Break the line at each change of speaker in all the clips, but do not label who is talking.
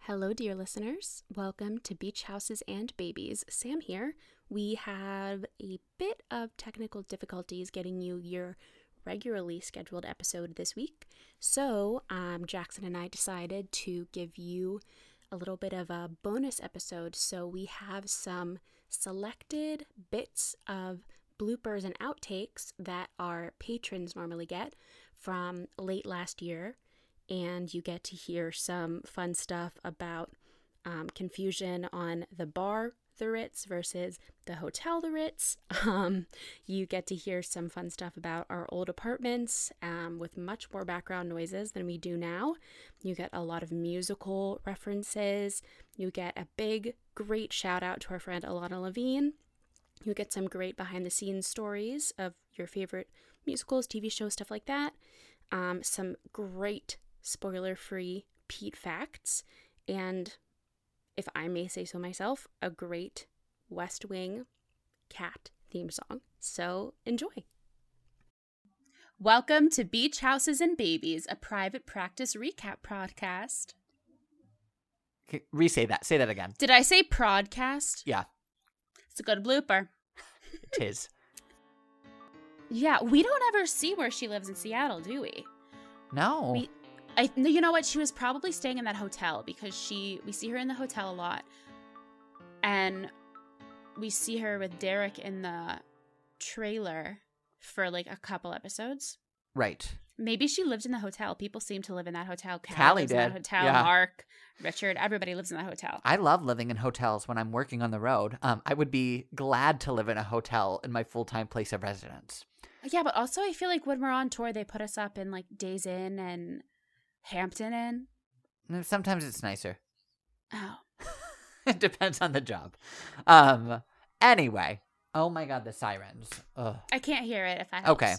Hello, dear listeners. Welcome to Beach Houses and Babies. Sam here. We have a bit of technical difficulties getting you your regularly scheduled episode this week. So, um, Jackson and I decided to give you a little bit of a bonus episode. So, we have some selected bits of bloopers and outtakes that our patrons normally get from late last year and you get to hear some fun stuff about um, confusion on the bar the Ritz versus the hotel the Ritz. Um, you get to hear some fun stuff about our old apartments um, with much more background noises than we do now. You get a lot of musical references. You get a big, great shout out to our friend Alana Levine. You get some great behind the scenes stories of your favorite musicals, TV shows, stuff like that um, some great spoiler free Pete facts, and if I may say so myself, a great West Wing cat theme song. So enjoy.
Welcome to Beach Houses and Babies, a private practice recap podcast.
Okay, Re-say that. Say that again.
Did I say podcast?
Yeah,
It's a good blooper.
tis.
Yeah, we don't ever see where she lives in Seattle, do we?
No.
We- I no, you know what? She was probably staying in that hotel because she we see her in the hotel a lot. And we see her with Derek in the trailer for like a couple episodes.
right.
Maybe she lived in the hotel. People seem to live in that hotel. Cal
Callie
lives in that
did,
hotel.
yeah.
Mark, Richard, everybody lives in that hotel.
I love living in hotels when I'm working on the road. Um, I would be glad to live in a hotel in my full time place of residence.
Yeah, but also I feel like when we're on tour, they put us up in like Days Inn and Hampton Inn.
Mm, Sometimes it's nicer.
Oh,
it depends on the job. Um. Anyway. Oh my God, the sirens. Ugh.
I can't hear it if I.
Okay.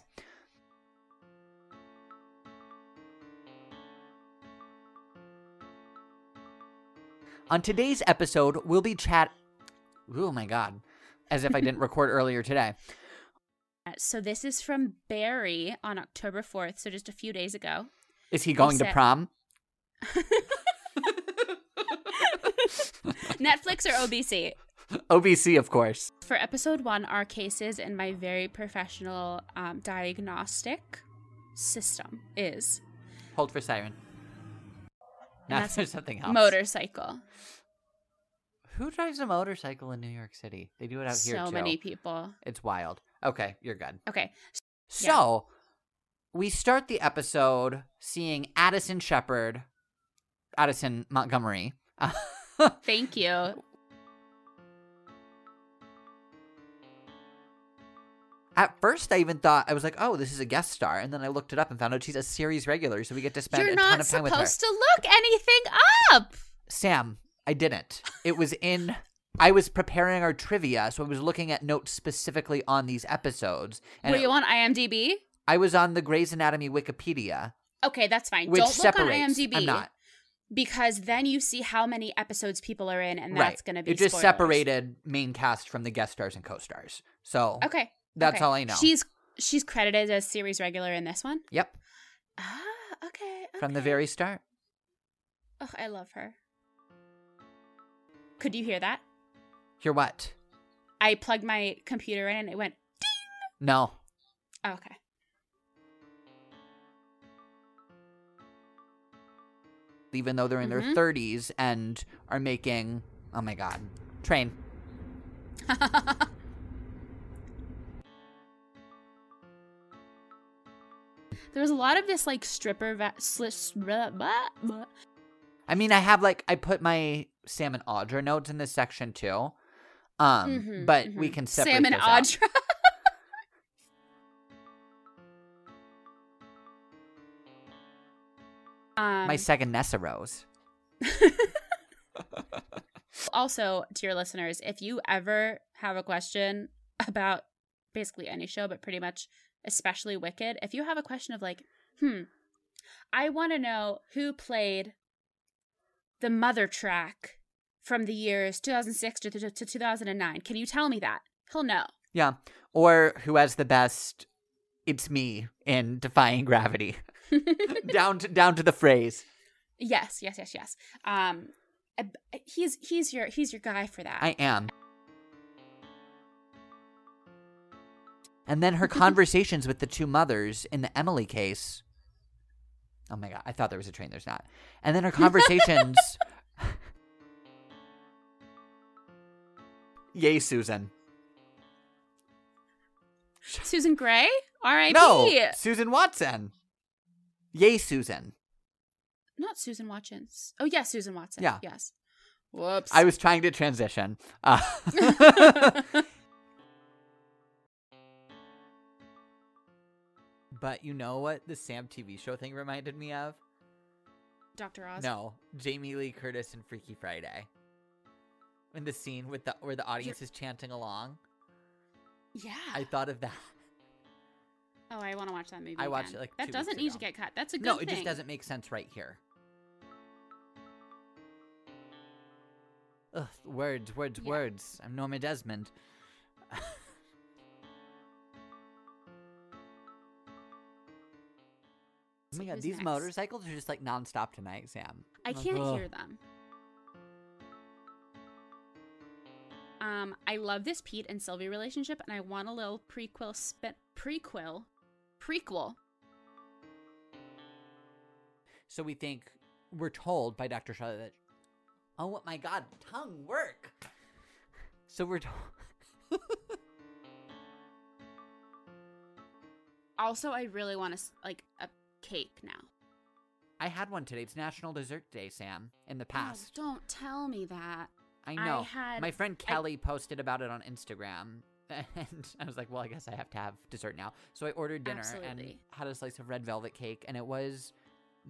On today's episode, we'll be chat. Oh my god, as if I didn't record earlier today.
Uh, So this is from Barry on October fourth, so just a few days ago.
Is he going to
said-
prom?
Netflix or OBC?
OBC, of course.
For episode one, our cases and my very professional um, diagnostic system is
Hold for siren.
And
Now
that's
there's something else.
motorcycle.
Who drives a motorcycle in New York City? They do it out here
so
too.
many people.
It's wild. Okay, you're good.
Okay, Yeah.
So we start the episode seeing Addison Shepard, Addison Montgomery.
thank you.
At first, I even thought I was like, "Oh, this is a guest star," and then I looked it up and found out she's a series regular, so we get to spend
You're
a ton
not
of time with her.
supposed to look anything up.
Sam, I didn't. It was in. I was preparing our trivia, so I was looking at notes specifically on these episodes, and
Were
it-
you on IMDb?
I was on the Grey's Anatomy Wikipedia,
Okay, that's fine.
which
Don't
separates.
look on IMDb
I'm not.
because then you see how many episodes people are in, and
right.
that's going to be.
It just
spoilers.
separated main cast from the guest stars and co-stars. So
Okay,
that's
okay.
all I know.
She's she's credited as series regular in this one.
yep,
Ah, okay.
from the
okay.
very start.
Oh, I love her. Could you hear that?
You're what?
I plugged my computer in, and it went.
No,
Oh, okay.
even though they're in
Mhm.
their 30s and are making oh my god train
There was a lot of this like stripper va- slish, blah, blah,
Um,
blah.
i mean i have like i put my sam and audra notes in this section too um
Mhm,
but we
mhm.
can separate
Sam and
those out.
Audra. um,
my second nessa rose
also, to your listeners, if you ever have a question about basically any show, but pretty much especially Wicked, if you have a question of like, hmm, I want to know who played the mother track from the years 2006 to, to, to 2009, can you tell me that? He'll know.
yeah or who has the best it's me in defying gravity down to down to the phrase
Yes, yes, yes, yes. Um, I- he's he's your he's your guy for that.
I am. And then her conversations with the two mothers in the Emily case. Oh my god, I thought there was a train, there's not. And then her conversations. Yay, Susan.
Susan Gray, R.I.P.
No, Susan Watson. Yay, Susan.
Not Susan Watkins. Oh yes, Susan Watson.
Yeah.
Yes. Whoops.
I was trying to transition. Uh, But you know what the Sam TV show thing reminded me of?
Dr. Oz.
No, Jamie Lee Curtis and Freaky Friday. In the scene with the where the audience is chanting along,
Yeah.
I thought of that.
oh, I want to watch that movie.
I watched
again.
it, like,
that
two
doesn't
weeks
need
ago.
to get cut. That's a good
No,
thing.
it just doesn't make sense right here. Ugh, words, words,
Yeah.
words. I'm Norma Desmond. oh
So
my god,
who's
these
next?
motorcycles are just like nonstop tonight, Sam.
I
Like,
can't
ugh.
hear them. Um, I love this Pete and Sylvie relationship, and I want a little prequel spin prequel prequel.
So we think we're told by Dr. Shaw that oh my god, tongue work. So we're told
Also, I really want to like a cake now. Oh,
I had one today. It's National Dessert Day, Sam. In the
Oh,
past,
don't tell me that.
I
I
know.
had-
My friend
I-
Kelly posted about it on Instagram, and I was like, "Well, I guess I have to have dessert now." So I ordered dinner and
Absolutely.
had a slice of red velvet cake, and it was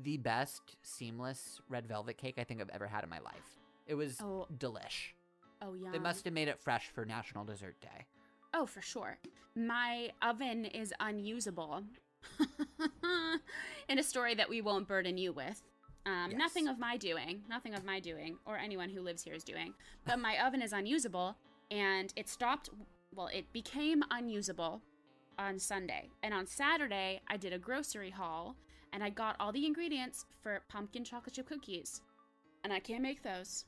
the best seamless red velvet cake I think I've ever had in my life. It was
Oh.
delish.
Oh yeah.
They must have made it fresh for National Dessert Day.
Oh, for sure. My oven is unusable. In a story that we won't burden you with. Um,
Yes.
Nothing of my doing, nothing of my doing, or anyone who lives here is doing. But my oven is unusable, and it stopped, well, it became unusable on Sunday. And on Saturday, I did a grocery haul, and I got all the ingredients for pumpkin chocolate chip cookies. And I can't make those.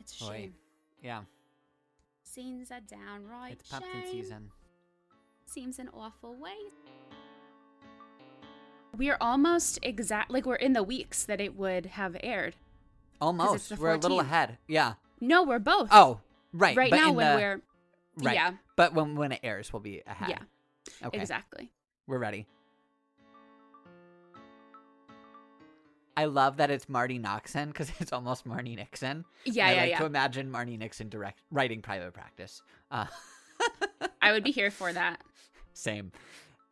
It's a
Oy.
shame.
Yeah,
Seems a downright
it's pumpkin
shame.
season.
Seems an awful way. We're almost exact. Like we're in the weeks that it would have aired.
Almost.
the
We're a little
14th.
ahead. Yeah.
No, we're both.
Oh, right.
right
but
now
in
when
the-
we're
Right.
Yeah.
But when when it airs, we'll be ahead.
yeah,
Okay.
exactly.
We're ready. I love that it's Marty Noxon because it's almost Marty Nixon.
Yeah,
I
yeah,
like
yeah.
to imagine Marty Nixon direct writing private practice. Uh,
I would be here for that.
same.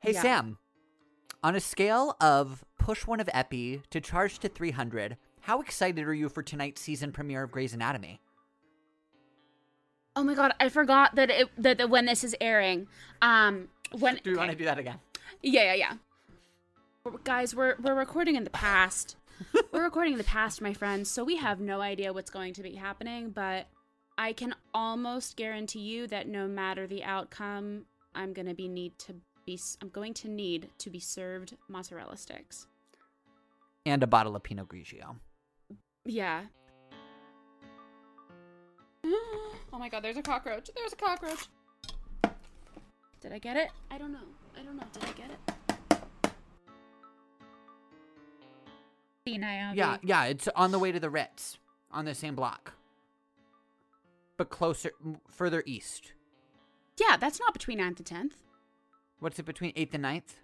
Hey
Yeah.
Sam, on a scale of push one of Epi to charge to three hundred, how excited are you for tonight's season premiere of Grey's Anatomy?
Oh my god, I forgot that it that, that when this is airing. Um, when
Do we want
okay.
to do that again?
Yeah, yeah, yeah. We're- Guys, we're we're recording in the past. we're recording in the past, my friends, so we have no idea what's going to be happening, but I can almost guarantee you that no matter the outcome, I'm going to be need to be s- I'm going to need to be served mozzarella sticks.
And a bottle of Pinot Grigio.
Yeah. oh my god, there's a cockroach. There's a cockroach. Did I get it? I don't know. I don't know. Did I get it? See, Naomi.
Yeah, yeah, it's on the way to the Ritz on the same block, but closer, m- further east.
Yeah, that's not between 9th and 10th.
What's it between 8th and 9th?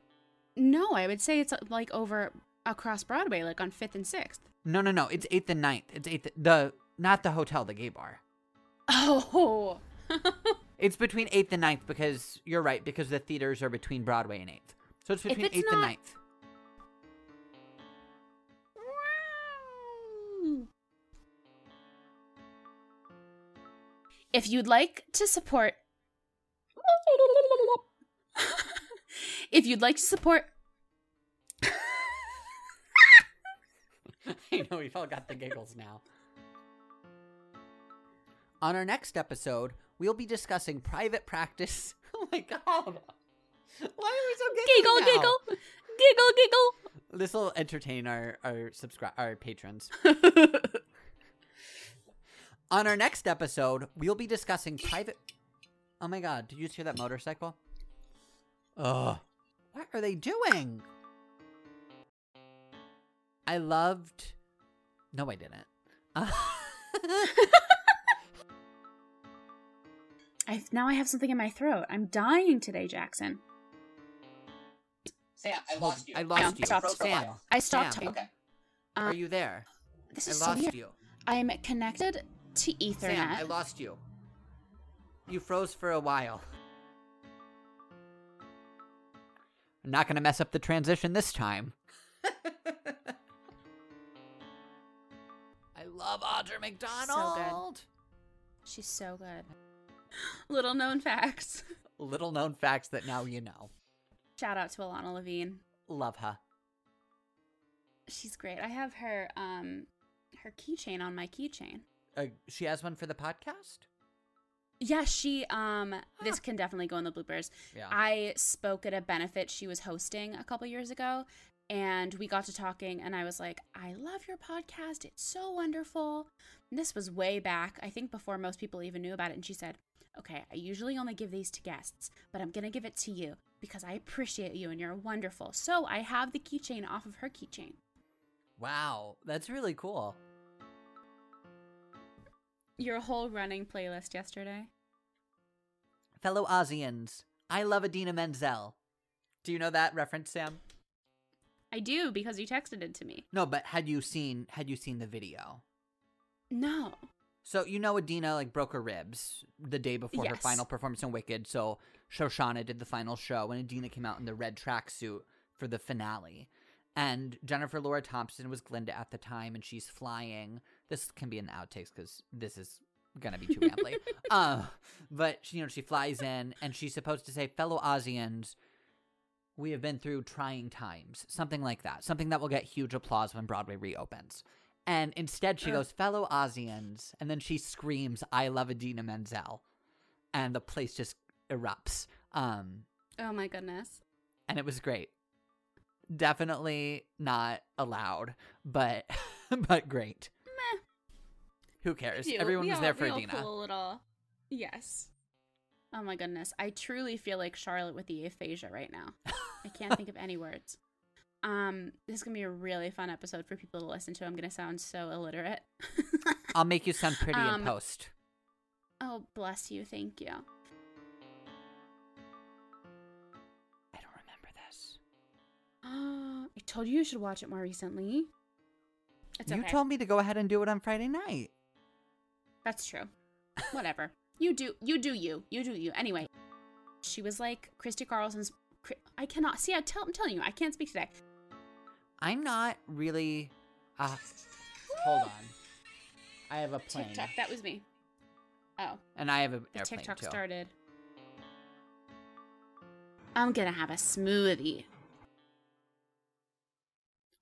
No, I would say it's like over across Broadway, like on 5th and 6th.
No, no, no. It's 8th and 9th. It's 8th the not the hotel, the gay bar.
Oh.
It's between 8th and 9th because you're right because the theaters are between Broadway and 8th. So it's
If
between
it's
8th
not-
and 9th.
If you'd like to support. if you'd like to support.
I know we've all got the giggles now. On our next episode, we'll be discussing private practice. Oh my god. Why are we so giggly
Giggle,
now?
giggle. Giggle, giggle.
This will entertain our our subscribe our patrons. On our next episode, we'll be discussing private. Oh my god! Did you just hear that motorcycle? Ugh! What are they doing? I loved. No, I didn't.
I now I have something in my throat. I'm dying today, Jackson.
Sam, I
Hold-
lost you.
I lost
Yeah,
you.
stop.
Sam,
I stopped
Sam.
talking. Uh,
Okay.
are you there?
This
I
is so
lost
weird.
you.
I'm connected to Ethernet.
Sam, I lost you. You froze for a while. I'm not going to mess up the transition this time. I love Audra McDonald.
She's so good. Little known facts.
Little known facts that now you know.
Shout out to Alana Levine.
Love her.
She's great. I have her um her keychain on my keychain.
Uh, she has one for the podcast?
Yeah, she um this can definitely go in the bloopers.
Yeah.
I spoke at a benefit she was hosting a couple years ago, and we got to talking, and I was like, I love your podcast. It's so wonderful. And this was way back, I think before most people even knew about it. And she said, Okay, I usually only give these to guests, but I'm going to give it to you because I appreciate you and you're wonderful. So I have the keychain off of her keychain.
wow. That's really cool.
Your whole running playlist yesterday.
Fellow Aussians, I love Adina Menzel. Do you know that reference, Sam?
I do because you texted it to me.
No, but had you seen had you seen the video?
No.
So you know Adina like broke her ribs the day before her
Yes.
final performance in Wicked. So Shoshana did the final show and Adina came out in the red tracksuit for the finale. And Jennifer Laura Thompson was Glinda at the time and she's flying. This can be in the outtakes because this is gonna be too rambly. uh, but she, you know, she flies in and she's supposed to say, fellow Aussians, we have been through trying times. Something like that. Something that will get huge applause when Broadway reopens. And instead, she
Ugh.
goes, fellow Aussians. And then she screams, I love Adina Menzel. And the place just erupts. Um,
Oh my goodness.
and it was great. Definitely not allowed, but but great.
Meh.
Who cares?
do.
Everyone
We
was
all-
there for
we all
Adina.
pull a little. Yes. Oh my goodness. I truly feel like Charlotte with the aphasia right now. I can't think of any words. Um, this is gonna be a really fun episode for people to listen to. I'm gonna sound so illiterate.
I'll make you sound pretty
Um,
in post.
oh, bless you. Thank you.
I don't remember this.
I told you you should watch it more recently. It's okay.
You told me to go ahead and do it on Friday night.
That's true. Whatever. You do you do you. You do you. Anyway, she was like Christy Carlson's Chri- I cannot see I tell, I'm telling you, I can't speak today.
I'm not really. Uh, hold on. I have a plane,
TikTok, that was me. Oh,
and I have an
the
airplane
TikTok
too.
started. I'm gonna have a smoothie.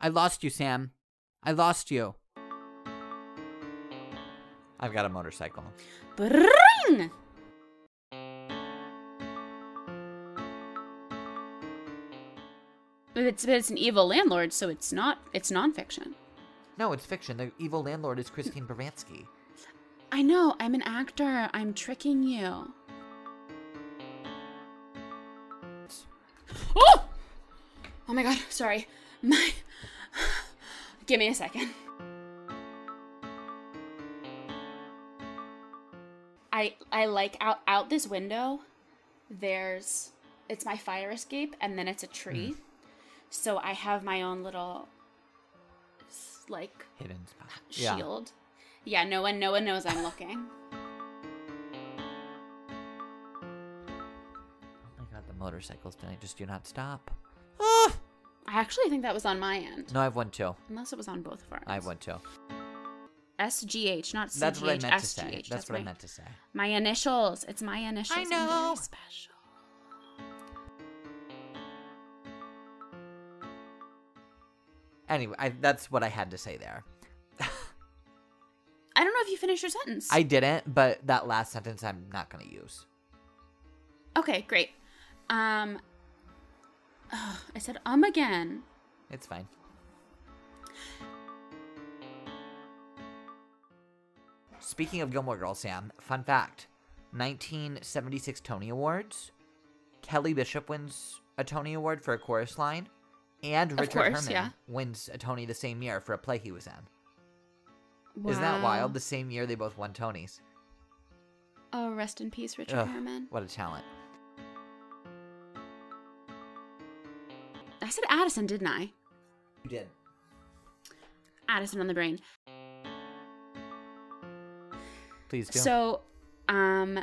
I lost you, Sam. I lost you. I've got a motorcycle.
Bring! But it's, but it's an evil landlord, so it's not it's nonfiction.
No, it's fiction. The evil landlord is Christine Baranski.
I know, I'm an actor. I'm tricking you. Oh! Oh my god, sorry. My. Give me a second. I I like out out this window. There's it's my fire escape and then it's a tree. So I have my own little s- like
Hidden spot. Yeah.
shield. Yeah. no one no one knows I'm looking.
Oh my god, the motorcycles tonight just do not stop. Ah!
I actually think that was on my end.
No, I have one too.
Unless it was on both of ours.
I have one too.
SGH, not CGH.
That's what I meant to say.
SGH.
That's, what
my,
I meant to say.
My initials. It's my initials. I'm very
know.
special.
Anyway, I, that's what I had to say there.
I don't know if you finished your sentence.
I didn't, but that last sentence I'm not going to use.
Okay, great. Um, ugh, I said um again.
It's fine. Speaking of Gilmore Girls, Sam, fun fact 1976 Tony Awards, Kelly Bishop wins a Tony Award for a chorus line, and Richard
course,
Herman
yeah.
wins a Tony the same year for a play he was in. Isn't that
Wow.
wild? The same year they both won Tonys.
Oh, rest in peace, Richard
Ugh,
Herman.
What a talent.
I said Addison, didn't I?
You did.
Addison on the brain.
Please do.
So, um,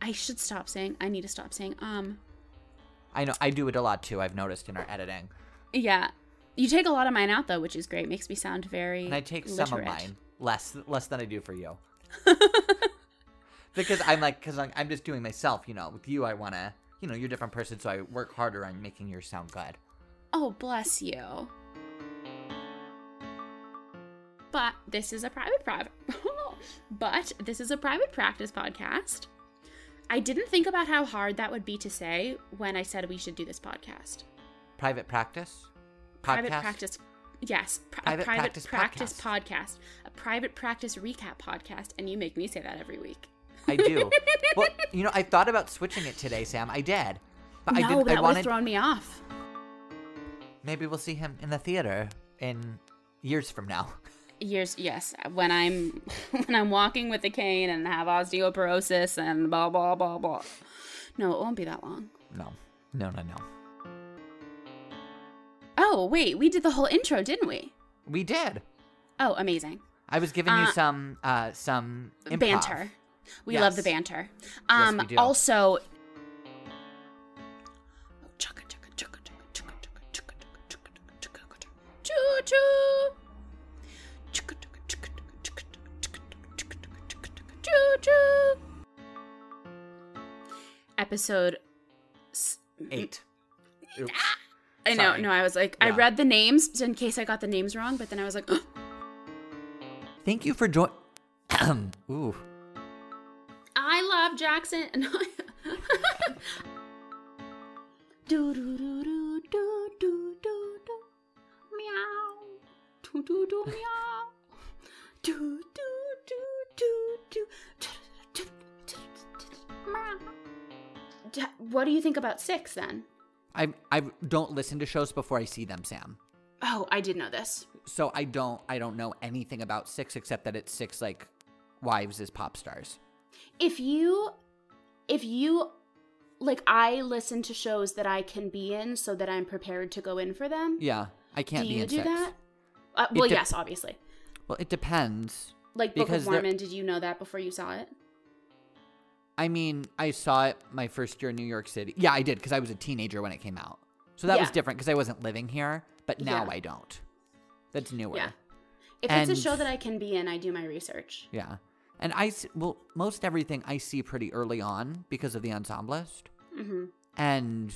I should stop saying. I need to stop saying. Um,
I know I do it a lot too. I've noticed in our editing,
yeah. You take a lot of mine out though, which is great. Makes me sound very.
and I take some of
literate.
mine less less than I do for you, because I'm like because I'm, I'm just doing myself. You know, with you I want to. You know, you're a different person, so I work harder on making yours sound good.
Oh, bless you. But this is a private private. but this is a private practice podcast. I didn't think about how hard that would be to say when I said we should do this podcast.
Private practice.
Private
Podcast?
practice. Yes, pr-
Private
a private
practice
practice, podcast. a private practice recap podcast, and you make me say that every week.
I do. well, you know, I thought about switching it today, Sam. I did, but I
no,
didn't.
that
I
would've
wanted.
thrown me off.
Maybe we'll see him in the theater in years from now.
Years, yes, when I'm when I'm walking with a cane and have osteoporosis and blah blah blah blah. No, it won't be that long.
No, no, no, no.
Oh wait, we did the whole intro, didn't we?
We did.
Oh, amazing
I was giving you
Uh,
some uh some improv.
banter. We love the
Yes.
banter. Um,
we do.
also. Choo-choo. Choo-choo. Episode
Eight. Oops.
I know,
Sorry.
no, I was like, I
Yeah.
read the names just in case I got the names wrong, but then I was like,
Thank you for joining. Ooh.
I love Jackson. No. do do do do do do do do meow do do do meow do do do do do do, do, do, do, do, meow. Ja- What do you think about six then?
I I don't listen to shows before I see them, Sam.
Oh, I did know this.
So I don't I don't know anything about six except that it's six like wives as pop stars.
if you if you like i listen to shows that i can be in so that i'm prepared to go in for them
Yeah, I can't
do
be
you
in
do
six.
that uh,
It
well
de-
yes obviously
Well, it depends.
like book
Because
of
they're-
mormon did you know that before you saw it
I mean, I saw it my first year in New York City. Yeah, I did because I was a teenager when it came out. So that was
Yeah.
different because I wasn't living here, but now
Yeah.
I don't. That's newer.
yeah if it's
And-
a show that i can be in i do my research
Yeah. And I, s- well, most everything I see pretty early on because of the ensemblist.
hmm
And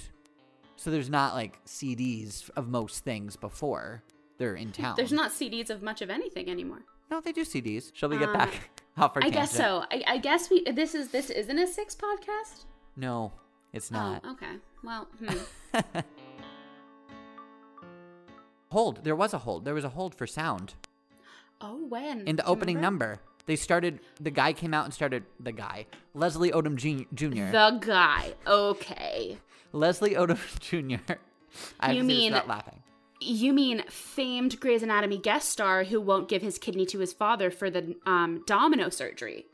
so there's not like CDs of most things before they're in town.
there's not cds of much of anything anymore
No, they do CDs. Shall we get
Um,
back off our
i guess
tangent?
so I, I guess we this is this isn't a six podcast
No, it's not.
oh okay well hmm.
hold. There was a hold. There was a hold for sound.
oh when
in the
Do you
opening
remember?
number they started the guy came out and started the guy leslie odom Jun- jr
the guy okay
leslie odom jr i
You
have to
mean-
stop laughing
You mean famed Grey's Anatomy guest star who won't give his kidney to his father for the um, domino surgery?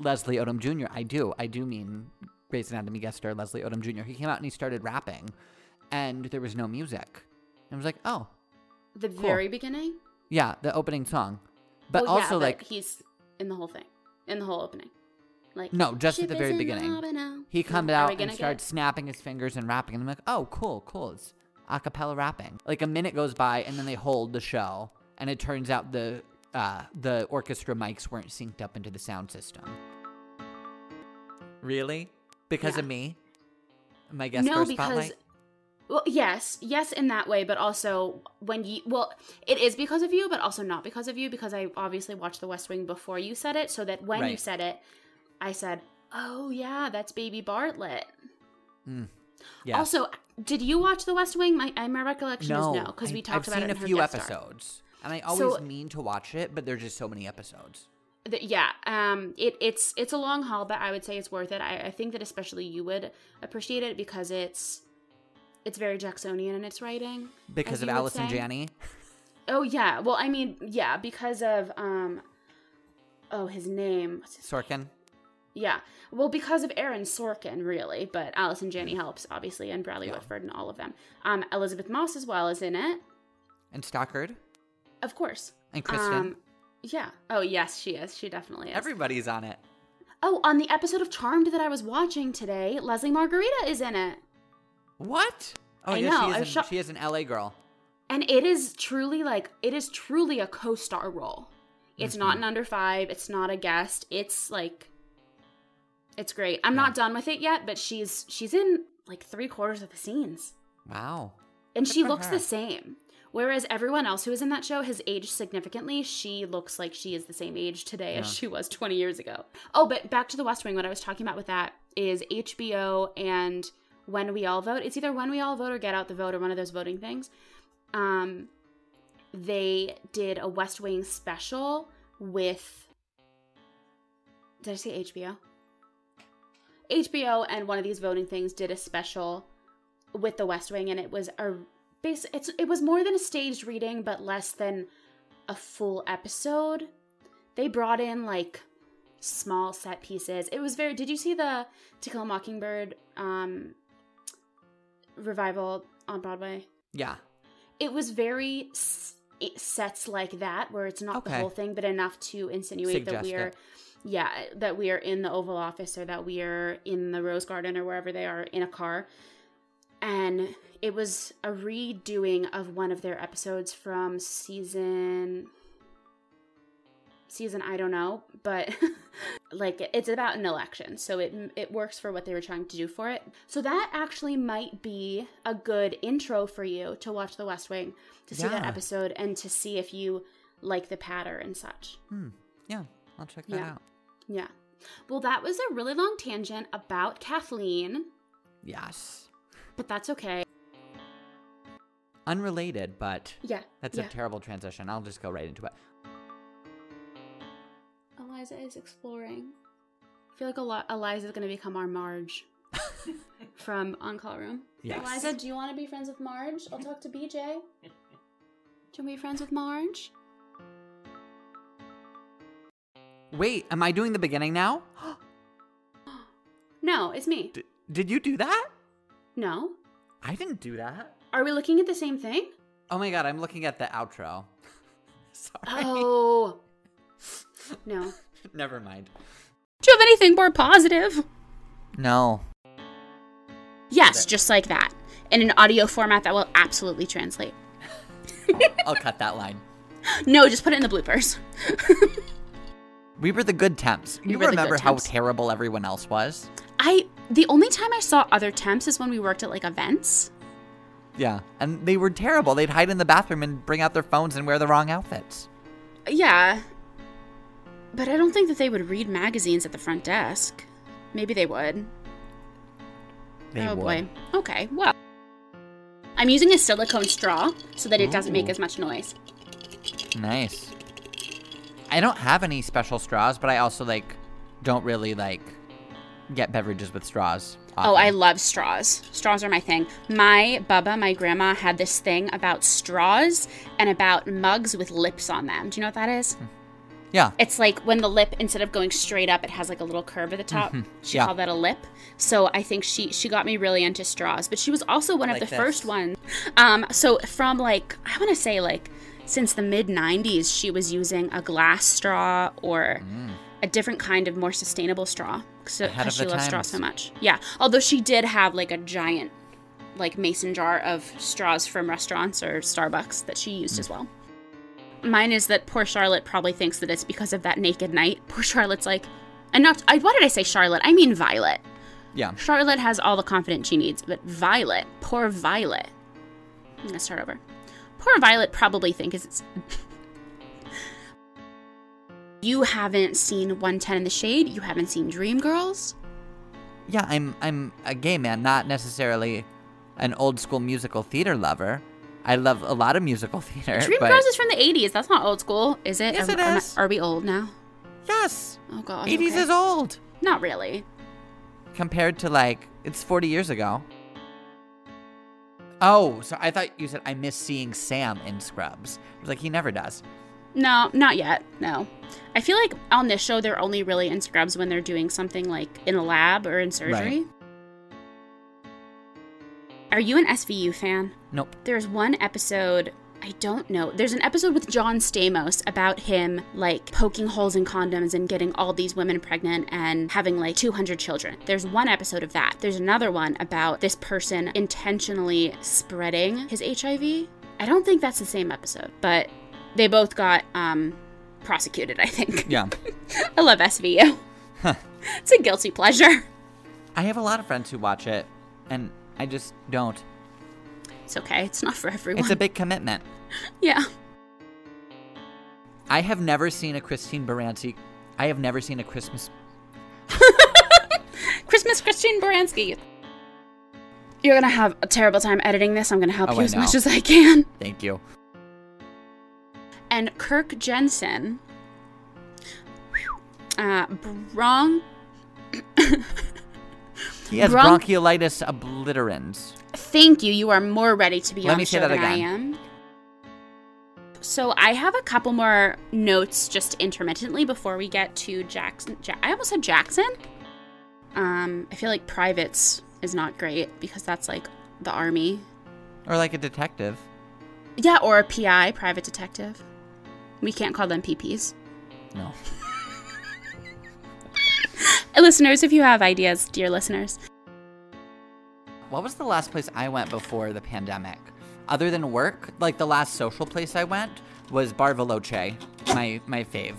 leslie odom jr i do i do mean Grey's anatomy guest star leslie odom jr he came out and he started rapping and there was no music i was like oh
The
Cool.
very beginning,
yeah the opening song but
Well, yeah,
also like
he's in the whole thing, in the whole opening, like
no just at
"Ship is
the very
in
beginning
domino."
he comes
Are we
out
gonna
and
get-
starts snapping his fingers and rapping and i'm like oh cool cool it's a cappella rapping like a minute goes by and then they hold the show and it turns out the uh, the orchestra mics weren't synced up into the sound system really because of
Yeah.
me my guest
no,
for
because
spotlight
well, yes, yes, in that way, but also when you well, it is because of you, but also not because of you, because I obviously watched The West Wing before you said it, so that when you
Right.
said it, I said, "Oh yeah, that's Baby Bartlett."
yeah
Also, did you watch The West Wing? My, I, my recollection
no
is no, because
I-
we talked
I've
about it.
seen
in
a
her
few
guest star.
episodes And I always
So-
mean to watch it, but there's just so many episodes.
Th- yeah, um, it, it's it's a long haul, but I would say it's worth it. I, I think that especially you would appreciate it because it's it's very Jacksonian in its writing. as
Because of
you would
Alice and
say.
Janney.
Oh yeah, well I mean yeah because of um, oh his name what's his
Sorkin.
Yeah. Well, because of Aaron Sorkin, really, but Alice and Janney helps, obviously, and Bradley
Yeah.
Whitford and all of them. Um, Elizabeth Moss as well is in it,
And Stockard.
of course.
And Kristen.
Um, yeah. Oh, yes, she is. She definitely is.
Everybody's on it.
oh, on the episode of Charmed that I was watching today, Leslie Margarita is in it.
What? Oh,
I
yeah,
know, I
she, is
was
an,
shocked.
she is an LA girl.
And it is truly like, it is truly a co star role. It's
Mm-hmm.
not an under five, it's not a guest. It's like, it's great. I'm not done with it yet, but she's she's in like three quarters of the scenes.
Wow.
And
Good
she
for
looks
her.
the same. Whereas everyone else who is in that show has aged significantly, she looks like she is the same age today
Yeah.
as she was 20 years ago. Oh, but back to The West Wing, what I was talking about with that is HBO and When We All Vote. It's either When We All Vote or Get Out the Vote or one of those voting things. Um, they did a West Wing special with. Did I say HBO? HBO and one of these voting things did a special with the West Wing, and it was a base. It's it was more than a staged reading, but less than a full episode. They brought in like small set pieces. It was very. Did you see the To Kill a Mockingbird um, revival on Broadway?
Yeah.
It was very s- it sets like that, where it's not the
Okay.
whole thing, but enough to insinuate that
Suggest
we are.
it.
Yeah, that we are in the Oval Office or that we are in the Rose Garden or wherever they are in a car. And it was a redoing of one of their episodes from season season I don't know, but like it's about an election. So it it works for what they were trying to do for it. So that actually might be a good intro for you to watch The West Wing, to see that
Yeah.
episode and to see if you like the patter and such.
Hmm. Yeah. I'll check that
Yeah.
out.
Yeah. Well, that was a really long tangent about Kathleen,
Yes.
but that's okay.
Unrelated, but
Yeah.
that's
yeah.
a terrible transition. I'll just go right into it.
Eliza is exploring. I feel like a lot Eliza's gonna become our Marge from On Call Room.
Yes.
Eliza, do you wanna be friends with Marge? I'll talk to BJ. Do you wanna be friends with Marge?
Wait, am I doing the beginning now?
No, it's me.
D- did you do that?
No.
I didn't do that.
Are we looking at the same thing?
Oh my god, I'm looking at the outro. Sorry.
Oh no.
Never mind.
Do you have anything more positive?
No.
Yes, just like that. In an audio format that will absolutely translate.
I'll cut that line.
No, just put it in the bloopers.
We were the good temps.
We
You
were the good
remember how
temps.
terrible everyone else was?
I the only time I saw other temps is when we worked at like events.
Yeah. And they were terrible. They'd hide in the bathroom and bring out their phones and wear the wrong outfits.
Yeah. But I don't think that they would read magazines at the front desk. Maybe they would.
They
oh
would.
boy. Okay. Well, I'm using a silicone straw so that it doesn't make
Ooh.
as much noise.
Nice. I don't have any special straws, but I also like don't really like get beverages with straws.
Oh, I
often.
love straws. Straws are my thing. My bubba, my grandma had this thing about straws and about mugs with lips on them. Do you know what that is?
Yeah.
It's like when the lip instead of going straight up, it has like a little curve at the top. She
Mm-hmm. Yeah.
called that a lip. So I think she she got me really into straws. But she was also one of
Like
the
this.
first ones. Um, so from like I want to say like since the mid '90s, she was using a glass straw or
Mm.
a different kind of more sustainable straw. So
Ahead of
because she
the
loves straw
times.
so much. Yeah. Although she did have like a giant like mason jar of straws from restaurants or Starbucks that she used
Hmm.
as well. Mine is that poor Charlotte probably thinks that it's because of that naked night. Poor Charlotte's like, and not, I, why did I say Charlotte? I mean Violet.
Yeah.
Charlotte has all the confidence she needs, but Violet, poor Violet. I'm gonna start over. Poor Violet probably thinks it's. you haven't seen 110 in the Shade, you haven't seen Dreamgirls.
Yeah, I'm I'm a gay man, not necessarily an old school musical theater lover. I love a lot of musical theater.
Dream
Eh, but
Girls is from the 80s. That's not old school, is it?
Yes,
Am-
it
am I-
is.
are we old now?
yes,
Oh gosh.
80s
okay.
is old
Not really.
compared to like it's 40 years ago.
Oh, so
So I thought you said I miss seeing Sam in Scrubs. I was like, he never does.
No, not yet. No. I feel like on this show they're only really in scrubs when they're doing something like in a lab or in surgery. Are you an SVU fan?
Nope.
There's one episode I don't know. There's an episode with John Stamos about him like poking holes in condoms and getting all these women pregnant and having like 200 children. There's one episode of that. There's another one about this person intentionally spreading his HIV. I don't think that's the same episode, but they both got um prosecuted, I think.
Yeah.
I love SVU. it's a guilty pleasure.
I have a lot of friends who watch it, and I just don't.
It's okay. It's not for everyone.
It's a big commitment.
yeah.
I have never seen a Christine Baranski. I have never seen a Christmas.
Christmas Christine Baranski. You're gonna have a terrible time editing this. I'm gonna help
Oh,
you
I
as
know.
much as I can.
Thank you.
And Kirk Jensen. Uh, Bron.
He has
Bron-
bronchiolitis obliterans.
Thank you. You are more ready to be
Let
on
me
the
say
show
that
than I
again.
am. So I have a couple more notes just intermittently before we get to Jackson. Ja- I almost said Jackson. Um, I feel like privates is not great because that's like the army.
Or like a detective.
Yeah, or a PI, private detective. We can't call them PPs.
No.
Listeners, if you have ideas, dear listeners.
What was the last place I went before the pandemic? Other than work, like the last social place I went was Bar Veloce, my my fave.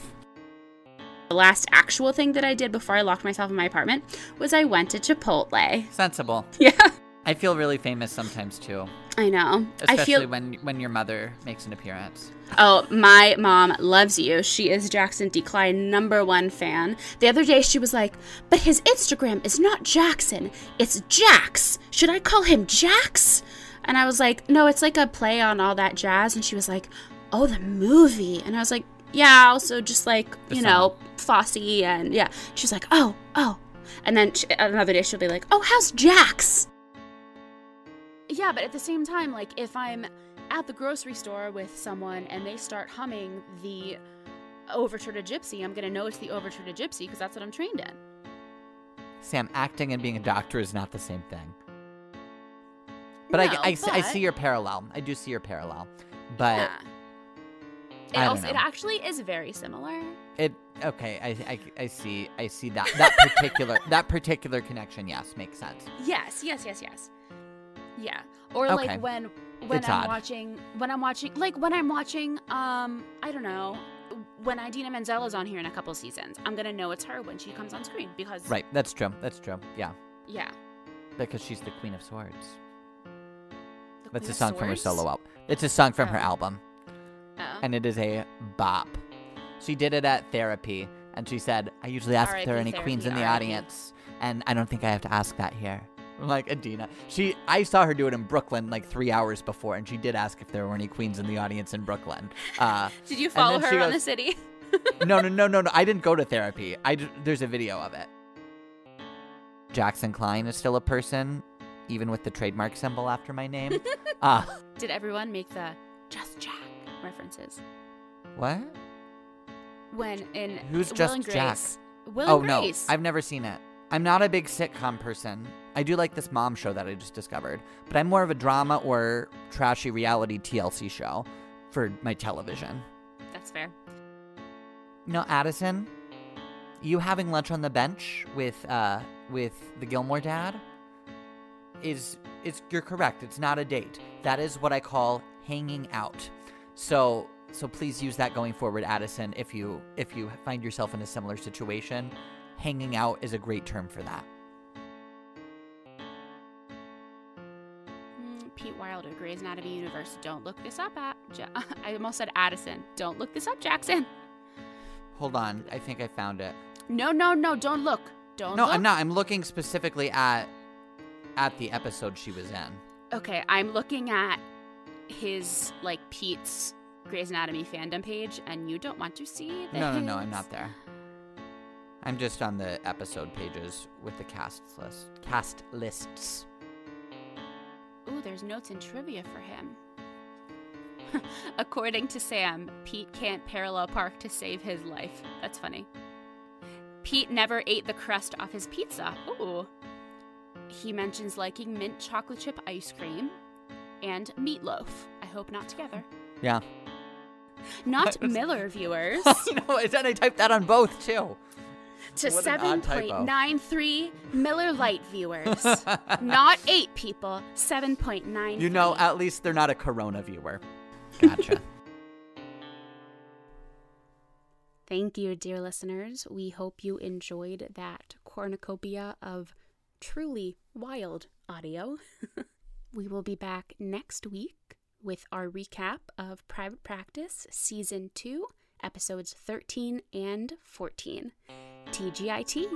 The last actual thing that I did before I locked myself in my apartment was I went to Chipotle.
Sensible.
Yeah,
I feel really famous sometimes too,
I know.
especially
I feel
when when your mother makes an appearance.
Oh, my mom loves you. She is Jackson Decline number one fan. The other day she was like, but his Instagram is not Jackson, it's Jax. Should I call him Jax? And I was like, no, it's like a play on all that jazz. And she was like, oh, the movie. And I was like, yeah, also just like,
The
you know, Fosse and yeah. She's like, oh, oh. And then she, another day she'll be like, oh, how's Jax? Yeah, but at the same time, like if I'm at the grocery store with someone and they start humming the Overture to Gypsy, I'm gonna know it's the Overture to Gypsy because that's what I'm trained in.
Sam, acting and being a doctor is not the same thing. But, I,
No,
I, see- I see
but-
your parallel. I do see your parallel. But
Yeah. It
I don't
also it
know.
actually is very similar.
it okay. I, I, I see I see that that particular that particular connection. Yes, makes sense.
Yes, yes, yes, yes. Yeah. Or
Okay.
like when when
It's
I'm
odd.
watching when I'm watching like when I'm watching um I don't know when Idina Menzel is on here in a couple seasons, I'm gonna know it's her when she comes on screen because
Right. That's true. That's true. Yeah,
yeah.
because she's the queen of swords.
The
That's
Queen
a
of
song from her
Swords?
solo album. It's a song from her
Oh.
album,
Oh.
and it is a bop. She did it at therapy, and she said, "I usually ask if there are
R.I.P.
any queens in the
therapy, R.I.P..
audience, and I don't think I have to ask that here." I'm like Adina, she I saw her do it in Brooklyn like three hours before, and she did ask if there were any queens in the audience in Brooklyn. Uh,
Did you
then
follow her
she
on the
goes-
city?
no, no, no, no, no. I didn't go to therapy. I d- there's a video of it. Jackson Klein is still a person, even with the trademark symbol after my name. uh,
Did everyone make the Just Jack references?
what?
When in
Who's
Will
Just
and
Jack?
Grace, Will
oh
and
no,
Grace.
I've never seen it. I'm not a big sitcom person. I do like this mom show that I just discovered, but I'm more of a drama or trashy reality TLC show for my television.
That's fair.
No, Addison, you having lunch on the bench with uh with the Gilmore dad is is you're correct. It's not a date. That is what I call hanging out. So so please use that going forward, Addison. If you if you find yourself in a similar situation, hanging out is a great term for that.
Mm, Pete Wilder, Grey's Anatomy universe. Don't look this up. At ja- I almost said Addison. Don't look this up, Jackson.
Hold on, I think I found it.
No, no, no. Don't look. Don't.
No,
look.
I'm not. I'm looking specifically at at the episode she was in.
Okay, I'm looking at his like Pete's Grey's Anatomy fandom page, and you don't want to see this.
No, no, no, I'm not there. I'm just on the episode pages with the cast list. Cast lists.
Ooh, there's notes and trivia for him. According to Sam, Pete can't parallel park to save his life. That's funny. Pete never ate the crust off his pizza. Ooh. He mentions liking mint chocolate chip ice cream and meatloaf. I hope not together.
Yeah.
Not Miller viewers.
no, and I typed that on both too.
to
What an odd typo.
7.93 Miller Light viewers. Not eight people, 7.9.
You know, at least they're not a Corona viewer. Gotcha.
Thank you, dear listeners. We hope you enjoyed that cornucopia of truly wild audio. we will be back next week with our recap of Private Practice Season 2, Episodes 13 and 14. TGIT.